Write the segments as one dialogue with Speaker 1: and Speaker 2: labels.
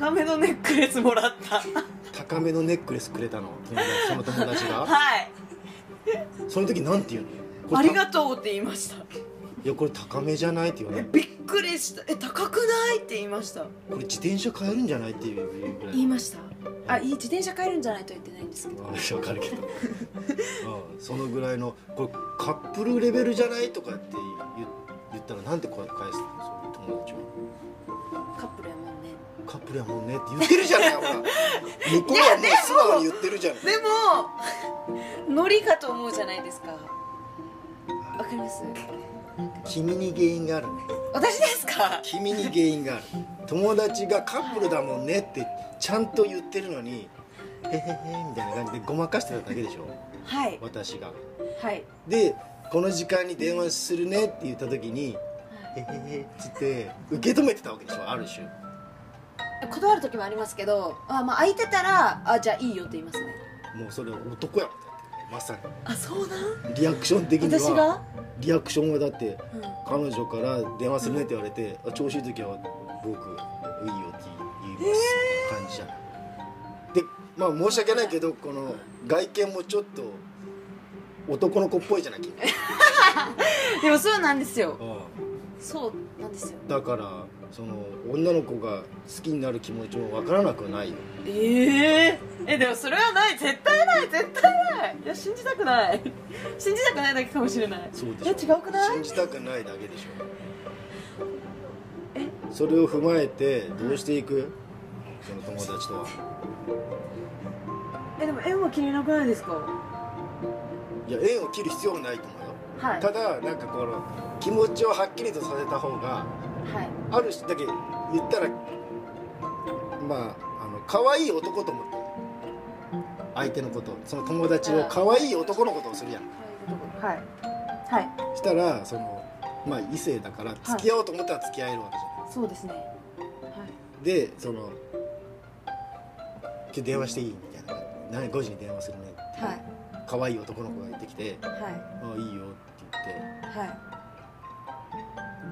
Speaker 1: 高めのネックレスもらった
Speaker 2: 高めのネックレスくれたの友達その友達が
Speaker 1: はい
Speaker 2: その時なんて言うのこ
Speaker 1: あ
Speaker 2: れ
Speaker 1: りがとうって言いました
Speaker 2: いやこれ高めじゃないって言わな
Speaker 1: え
Speaker 2: い
Speaker 1: びっくりしたえ高くないって言いました
Speaker 2: これ自転車買えるんじゃないっていうぐらい
Speaker 3: 言いましたあいい自転車買えるんじゃないと言ってないんですけど
Speaker 2: あ分かるけどうんそのぐらいのこれカップルレベルじゃないとかって言言ったらなんて声返すのそういう友達は
Speaker 3: カップルやもんね
Speaker 2: カップルやもんねって言ってるじゃないほら向こうはもう素直に言ってるじゃない
Speaker 3: で もノリかと思うじゃないですかわかります
Speaker 2: 君に原因があるね
Speaker 3: 私ですか
Speaker 2: 君に原因がある友達がカップルだもんねってちゃんと言ってるのにへへへみたいな感じでごまかしてただけでしょ
Speaker 3: はい
Speaker 2: 私が
Speaker 3: はい
Speaker 2: でこの時間に電話するねって言った時にへへへっつって受け止めてたわけでしょある種
Speaker 3: 断る時もありますけどあまあ空いてたらあじゃあいいよって言いますね
Speaker 2: もうそれ男やもんだってまさ
Speaker 3: あそうなん
Speaker 2: にリアクション的に
Speaker 3: 私
Speaker 2: は
Speaker 3: が、
Speaker 2: リアクションはだって
Speaker 3: うん、
Speaker 2: 彼女から電話するねって言われて、あ調子いい時は僕いいよって言います、感じじゃんでまあ申し訳ないけどこの外見もちょっと男の子っぽいじゃなきゃ、
Speaker 3: でもそうなんですよ
Speaker 2: う
Speaker 3: そうなんですよ
Speaker 2: んだからその女の子が好きになる気持ちもわからなくはないよ
Speaker 1: えええでもそれはない絶対ない絶対ないいや信じたくない信じたくないだけかもしれない
Speaker 2: そうでしょ
Speaker 1: え違うくない
Speaker 2: 信じたくないだけでしょ
Speaker 3: え
Speaker 2: それを踏まえてどうしていくその友達とは
Speaker 1: えでも縁は切れなくないですか
Speaker 2: いや縁を切る必要はないと思うよ
Speaker 3: はい
Speaker 2: ただなんかこの気持ちをはっきりとさせた方が
Speaker 3: はい
Speaker 2: ある種だけ言ったらまああの可愛い男と思って相手のことをその友達を可愛い男のことをするやん
Speaker 3: はいはい
Speaker 2: したらそのまあ異性だから付き合おうと思ったら付き合えるわけじゃ
Speaker 3: そうですねはい
Speaker 2: ん、でその「今日電話していい?」みたいな「何5時に電話するね」って
Speaker 3: はい
Speaker 2: 可愛い男の子が言ってきて「
Speaker 3: はい
Speaker 2: ああいいよ」って言って
Speaker 3: はい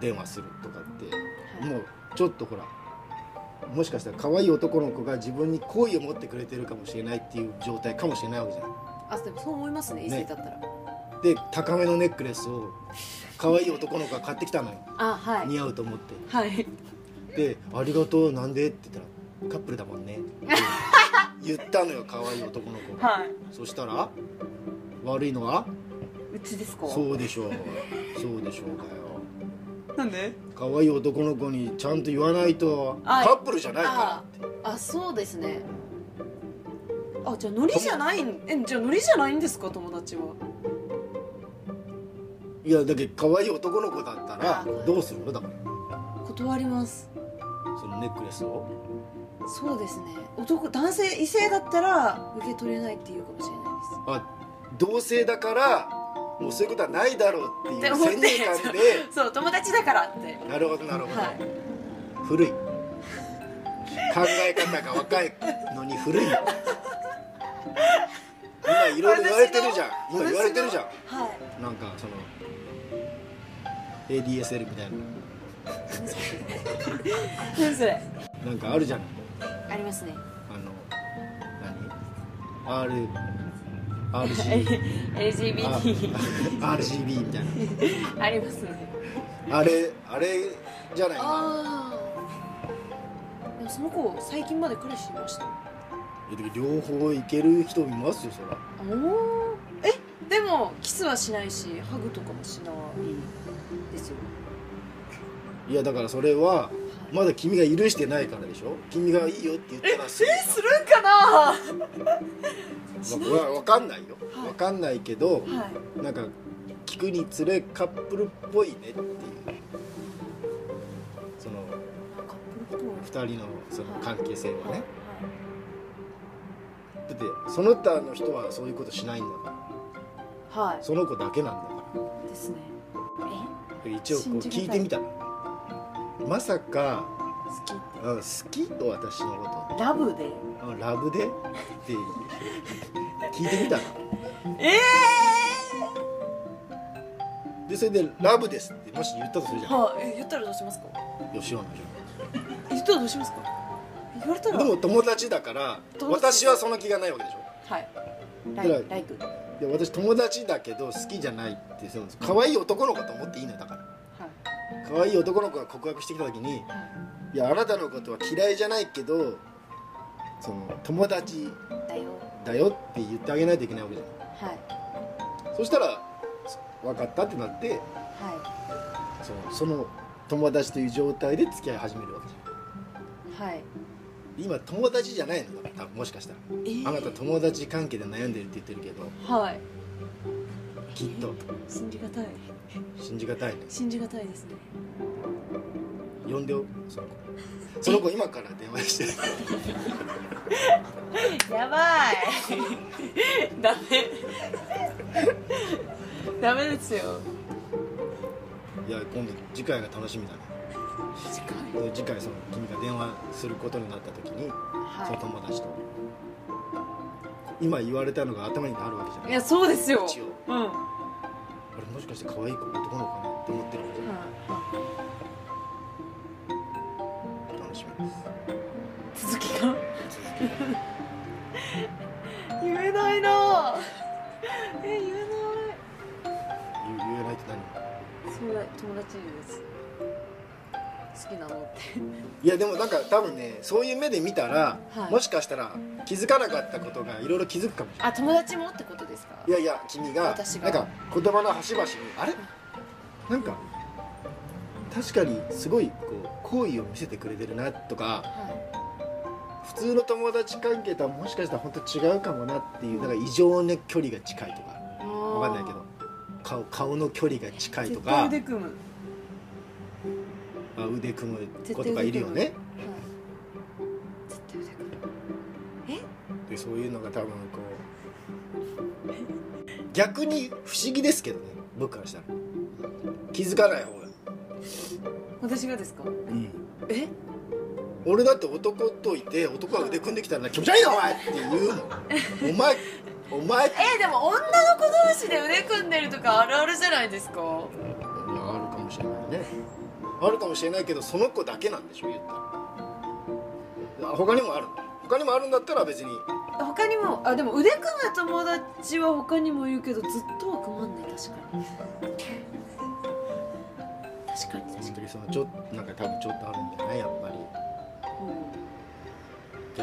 Speaker 2: 電話するとかって
Speaker 3: はい
Speaker 2: もうちょっとほらもしかしたら可愛い男の子が自分に好意を持ってくれてるかもしれないっていう状態かもしれないわけじゃない
Speaker 3: あでもそう思いますね
Speaker 2: ね
Speaker 3: 異性だったら、
Speaker 2: で高めのネックレスを可愛い男の子が買ってきたのよ
Speaker 3: あはい
Speaker 2: 似合うと思って
Speaker 3: はい
Speaker 2: で「ありがとうなんで?」って言ったら「カップルだもんね」って言ったのよ可愛い男の子が
Speaker 1: はい
Speaker 2: そしたら悪いのは
Speaker 1: うちですか
Speaker 2: そうでしょうそうでしょうかよ
Speaker 1: なんで
Speaker 2: 可愛い男の子にちゃんと言わないとカ
Speaker 1: あ
Speaker 2: ップルじゃないからって
Speaker 3: あそうですねあじゃあ
Speaker 1: ノ
Speaker 3: ノリ
Speaker 1: リ
Speaker 3: じ
Speaker 1: じ
Speaker 3: ゃ
Speaker 1: ゃ
Speaker 3: ない
Speaker 1: ないんえじゃあノリじゃないんですか友達はい
Speaker 2: やだけど可愛い男の子だったらどうするのだから
Speaker 3: 断ります
Speaker 2: そのネックレスを
Speaker 3: そうですね男男性異性だったら受け取れないっていうかもしれないです
Speaker 2: あ同性だからもうそういうことはないだろうっていう先入観で
Speaker 1: そう友達だからって
Speaker 2: なるほどなるほど、
Speaker 1: はい
Speaker 2: 古い考え方が若いのに古いよ今いろいろ言われてるじゃん今言われてるじゃ
Speaker 3: はい
Speaker 2: んなんかその ADSL みたい
Speaker 1: 何それ
Speaker 2: ななんかあるじゃん
Speaker 3: ありますね
Speaker 2: あの何 R RG
Speaker 1: LGBT
Speaker 2: RGB みたい
Speaker 1: ありますね
Speaker 2: なあれあれじゃないの
Speaker 3: ああでもその子最近まで彼氏いました
Speaker 2: いやでも両方いける人いますよそら
Speaker 3: おおえでもキスはしないしハグとかもしないですよ
Speaker 2: いやだからそれは
Speaker 3: はい
Speaker 2: まだ君が許してないからでしょ君がいいよって言ったらす
Speaker 1: えするんかな
Speaker 2: ぐわわわかんないよ
Speaker 3: はい
Speaker 2: わかんないけ
Speaker 3: は
Speaker 2: ど
Speaker 3: い
Speaker 2: なんか聞くにつれカップルっぽいねっていうその
Speaker 3: カップルっぽい
Speaker 2: 2人のその関係性
Speaker 3: は
Speaker 2: は
Speaker 3: い
Speaker 2: ねだってその他の人はそういうことしないんだか
Speaker 3: はい、は
Speaker 2: らその子だけなんだか
Speaker 3: い、ですねえ
Speaker 2: ら一応こ
Speaker 3: 信
Speaker 2: う
Speaker 3: じがたい
Speaker 2: 聞いてみたらまさか
Speaker 3: 好きっ
Speaker 2: うん好きと私のこと
Speaker 3: てラブで
Speaker 2: あラブでって 聞いてみたら
Speaker 1: え
Speaker 2: でそれで「ラブです」ってもし言ったとするじゃん
Speaker 3: はい、え言ったらどうしますか
Speaker 2: 「よしおのじゃ
Speaker 3: 言ったらどうしますかえ言われたら
Speaker 2: でも友達だから
Speaker 3: どうして
Speaker 2: 私はその気がないわけでしょ
Speaker 3: はいラ
Speaker 2: だか
Speaker 3: イ
Speaker 2: ら
Speaker 3: ライクはい
Speaker 2: で私友達だけど好きじゃないってそう可愛い男の子と思っていいのよだから可愛い男の子が告白してきた時に「いやあなたのことは嫌いじゃないけどその友達
Speaker 3: だよ
Speaker 2: だよ」って言ってあげないといけないわけじゃ
Speaker 3: はい
Speaker 2: んそしたら「分かった」ってなって
Speaker 3: は
Speaker 2: そのその友達という状態で付き合い始めるわけじゃん
Speaker 3: いはい
Speaker 2: 今友達じゃないのだから多分もしかしたら
Speaker 3: えー
Speaker 2: あなた友達関係で悩んでるって言ってるけど
Speaker 3: はい
Speaker 2: きっと
Speaker 3: 信じがたい
Speaker 2: 信じがたいね
Speaker 3: 信じがたいですね
Speaker 2: 呼んでよその子その子今から電話して
Speaker 1: や ばいダメダメですよ
Speaker 2: いや今度次回が楽しみだね
Speaker 3: 近い
Speaker 2: で次回その君が電話することになった時にその
Speaker 3: は
Speaker 2: 友達と今言われたのが頭にあるわけじゃない
Speaker 3: い
Speaker 2: い
Speaker 3: いやそうですよ
Speaker 2: 一応
Speaker 3: うんはい
Speaker 2: あれもしかして可愛い子男の子かなって思ってるわけじゃない楽しみです
Speaker 3: 続きが言えないなぁえ言えない
Speaker 2: 言言えないって何
Speaker 3: そうだ友達です好きなのって
Speaker 2: いやでもなんか多分ねそういう目で見たら、
Speaker 3: はい
Speaker 2: もしかしたら気づかなかったことがいろいろ気づくかもしれない
Speaker 3: あ友達もってことですか
Speaker 2: いやいや君が
Speaker 3: 私
Speaker 2: な
Speaker 3: が
Speaker 2: んか言葉の端々にあれなんか確かにすごいこう好意を見せてくれてるなとか
Speaker 3: は
Speaker 2: 普通の友達関係とはもしかしたら本当違うかもなっていうなんか異常な距離が近いとか
Speaker 3: い
Speaker 2: わ
Speaker 3: わ
Speaker 2: かんないけど顔顔の距離が近いと
Speaker 3: 絶対
Speaker 2: か
Speaker 3: 腕組む、はい、
Speaker 2: あ腕組む子とかいるよ
Speaker 3: 絶対腕
Speaker 2: ね
Speaker 3: 組む
Speaker 2: でそういうのが多分こう逆に不思議ですけどね僕からしたら気づかない方が、
Speaker 3: 私がですかえ
Speaker 2: 俺だって男といて男が腕組んできたらな気持ち悪いなお前って言うのお前お前って
Speaker 3: えでも女の子同士で腕組んでるとかあるあるじゃないですか
Speaker 2: いやあるかもしれないねあるかもしれないけどその子だけなんでしょ言ったらあ他にもある他にもあるんだったら別に
Speaker 3: 他にもあでも腕組む友達は他にもいるけどずっとは組まんない確かに確かに確
Speaker 2: その時そのちょっとなんか多分ちょっとあるんだよねやっぱり
Speaker 3: か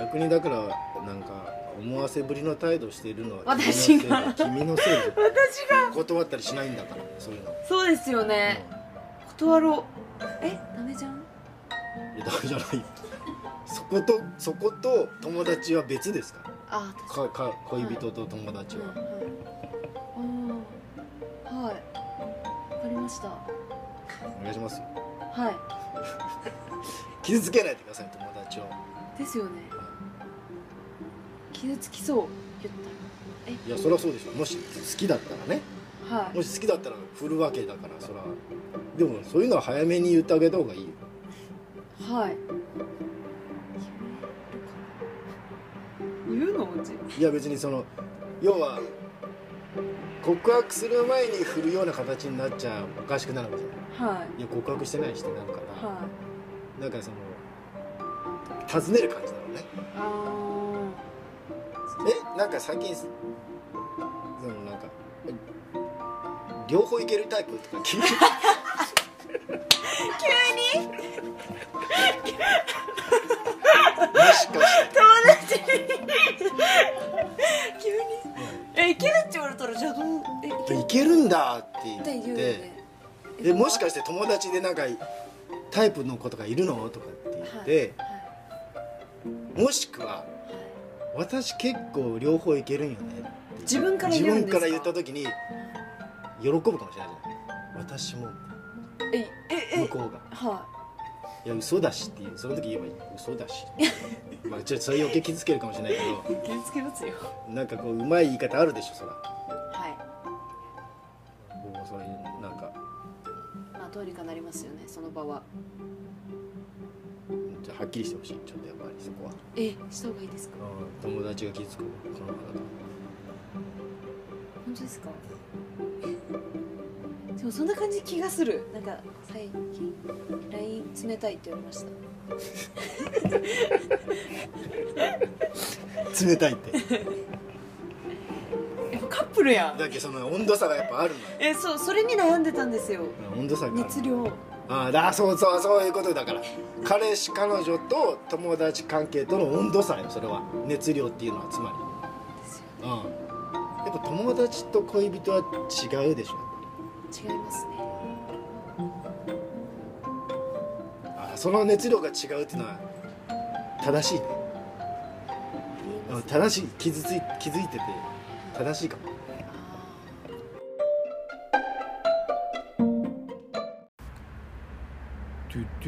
Speaker 3: に、
Speaker 2: 逆にだからなんか思わせぶりの態度しているのは
Speaker 3: 私が
Speaker 2: 君のせいだ君のせいだ
Speaker 3: 私が
Speaker 2: 断ったりしないんだからそういうの、
Speaker 3: そうですよね、断ろうえダメじゃん
Speaker 2: うんいやダメじゃないよそことそこと友達は別ですから
Speaker 3: あ確か
Speaker 2: かか恋人と友達
Speaker 3: に
Speaker 2: は、
Speaker 3: はいはいはいわかりましたは
Speaker 2: お願いしますよ傷つけないでください友達を
Speaker 3: いですよね傷つきそう言っ
Speaker 2: いやそりゃそうでしょもし好きだったらね
Speaker 3: たらはい
Speaker 2: もし好きだったら振るわけだからそらでもそういうのは早めに言ってあげた方がいいよ
Speaker 3: はい言えるかな言うのうち
Speaker 2: いや別にその要は告白する前に振るような形になっちゃおかしくなるわけじゃない
Speaker 3: はい
Speaker 2: いや告白してない人になるから、
Speaker 3: はい
Speaker 2: なんかその尋ねる感じだろうね
Speaker 3: あ
Speaker 2: えなんか最近そのなんか両方いけるタイプとか聞いて
Speaker 3: 急に
Speaker 2: もしかして
Speaker 3: 友達に 急にえいけるって言われたらじゃあどうえいける
Speaker 2: いけるんだっ
Speaker 3: っ
Speaker 2: て
Speaker 3: て言
Speaker 2: 言って
Speaker 3: うよね
Speaker 2: でもしかして友達でなんかタイプの子とかいるのとかって言って、
Speaker 3: は
Speaker 2: もしくはい
Speaker 3: はい
Speaker 2: 私結構両方いけるんよねって
Speaker 3: 自分から
Speaker 2: 自
Speaker 3: 言うん
Speaker 2: 分
Speaker 3: です
Speaker 2: か
Speaker 3: から
Speaker 2: 言った時に喜ぶかもしれないじゃん私も
Speaker 3: えええ
Speaker 2: 向こうが
Speaker 3: はい
Speaker 2: や嘘だしっていうその時言えばいい嘘だし まあちょっとそれ余計傷つけるかもしれないけ
Speaker 3: い気つけますよ
Speaker 2: どなんかこううまい言い方あるでしょそら
Speaker 3: は
Speaker 2: 僕もそういうなんか
Speaker 3: いまあどうにかなりますよねその場は
Speaker 2: じゃあはっきりしてほしいちょっとやっぱりそこは
Speaker 3: えした方がいいですか
Speaker 2: 友達が傷つくこの方と
Speaker 3: 本当ですかでもそんな感じ気がするなんか最近 LINE 冷たいって言われました
Speaker 2: 冷たいって
Speaker 3: やっぱカップルやん
Speaker 2: だけどその温度差がやっぱあるのよ
Speaker 3: えそうそれに悩んでたんですよ
Speaker 2: うん温度差がある
Speaker 3: 熱量
Speaker 2: ああだそうそうそういうことだから彼氏彼女と友達関係との温度差よそれは熱量っていうのはつまりうんやっぱ友達と恋人は違うでしょ
Speaker 3: 違いますね
Speaker 2: あその熱量が違うっていうのは正しいねうん正しい傷つい気づいてて正しいかもトゥト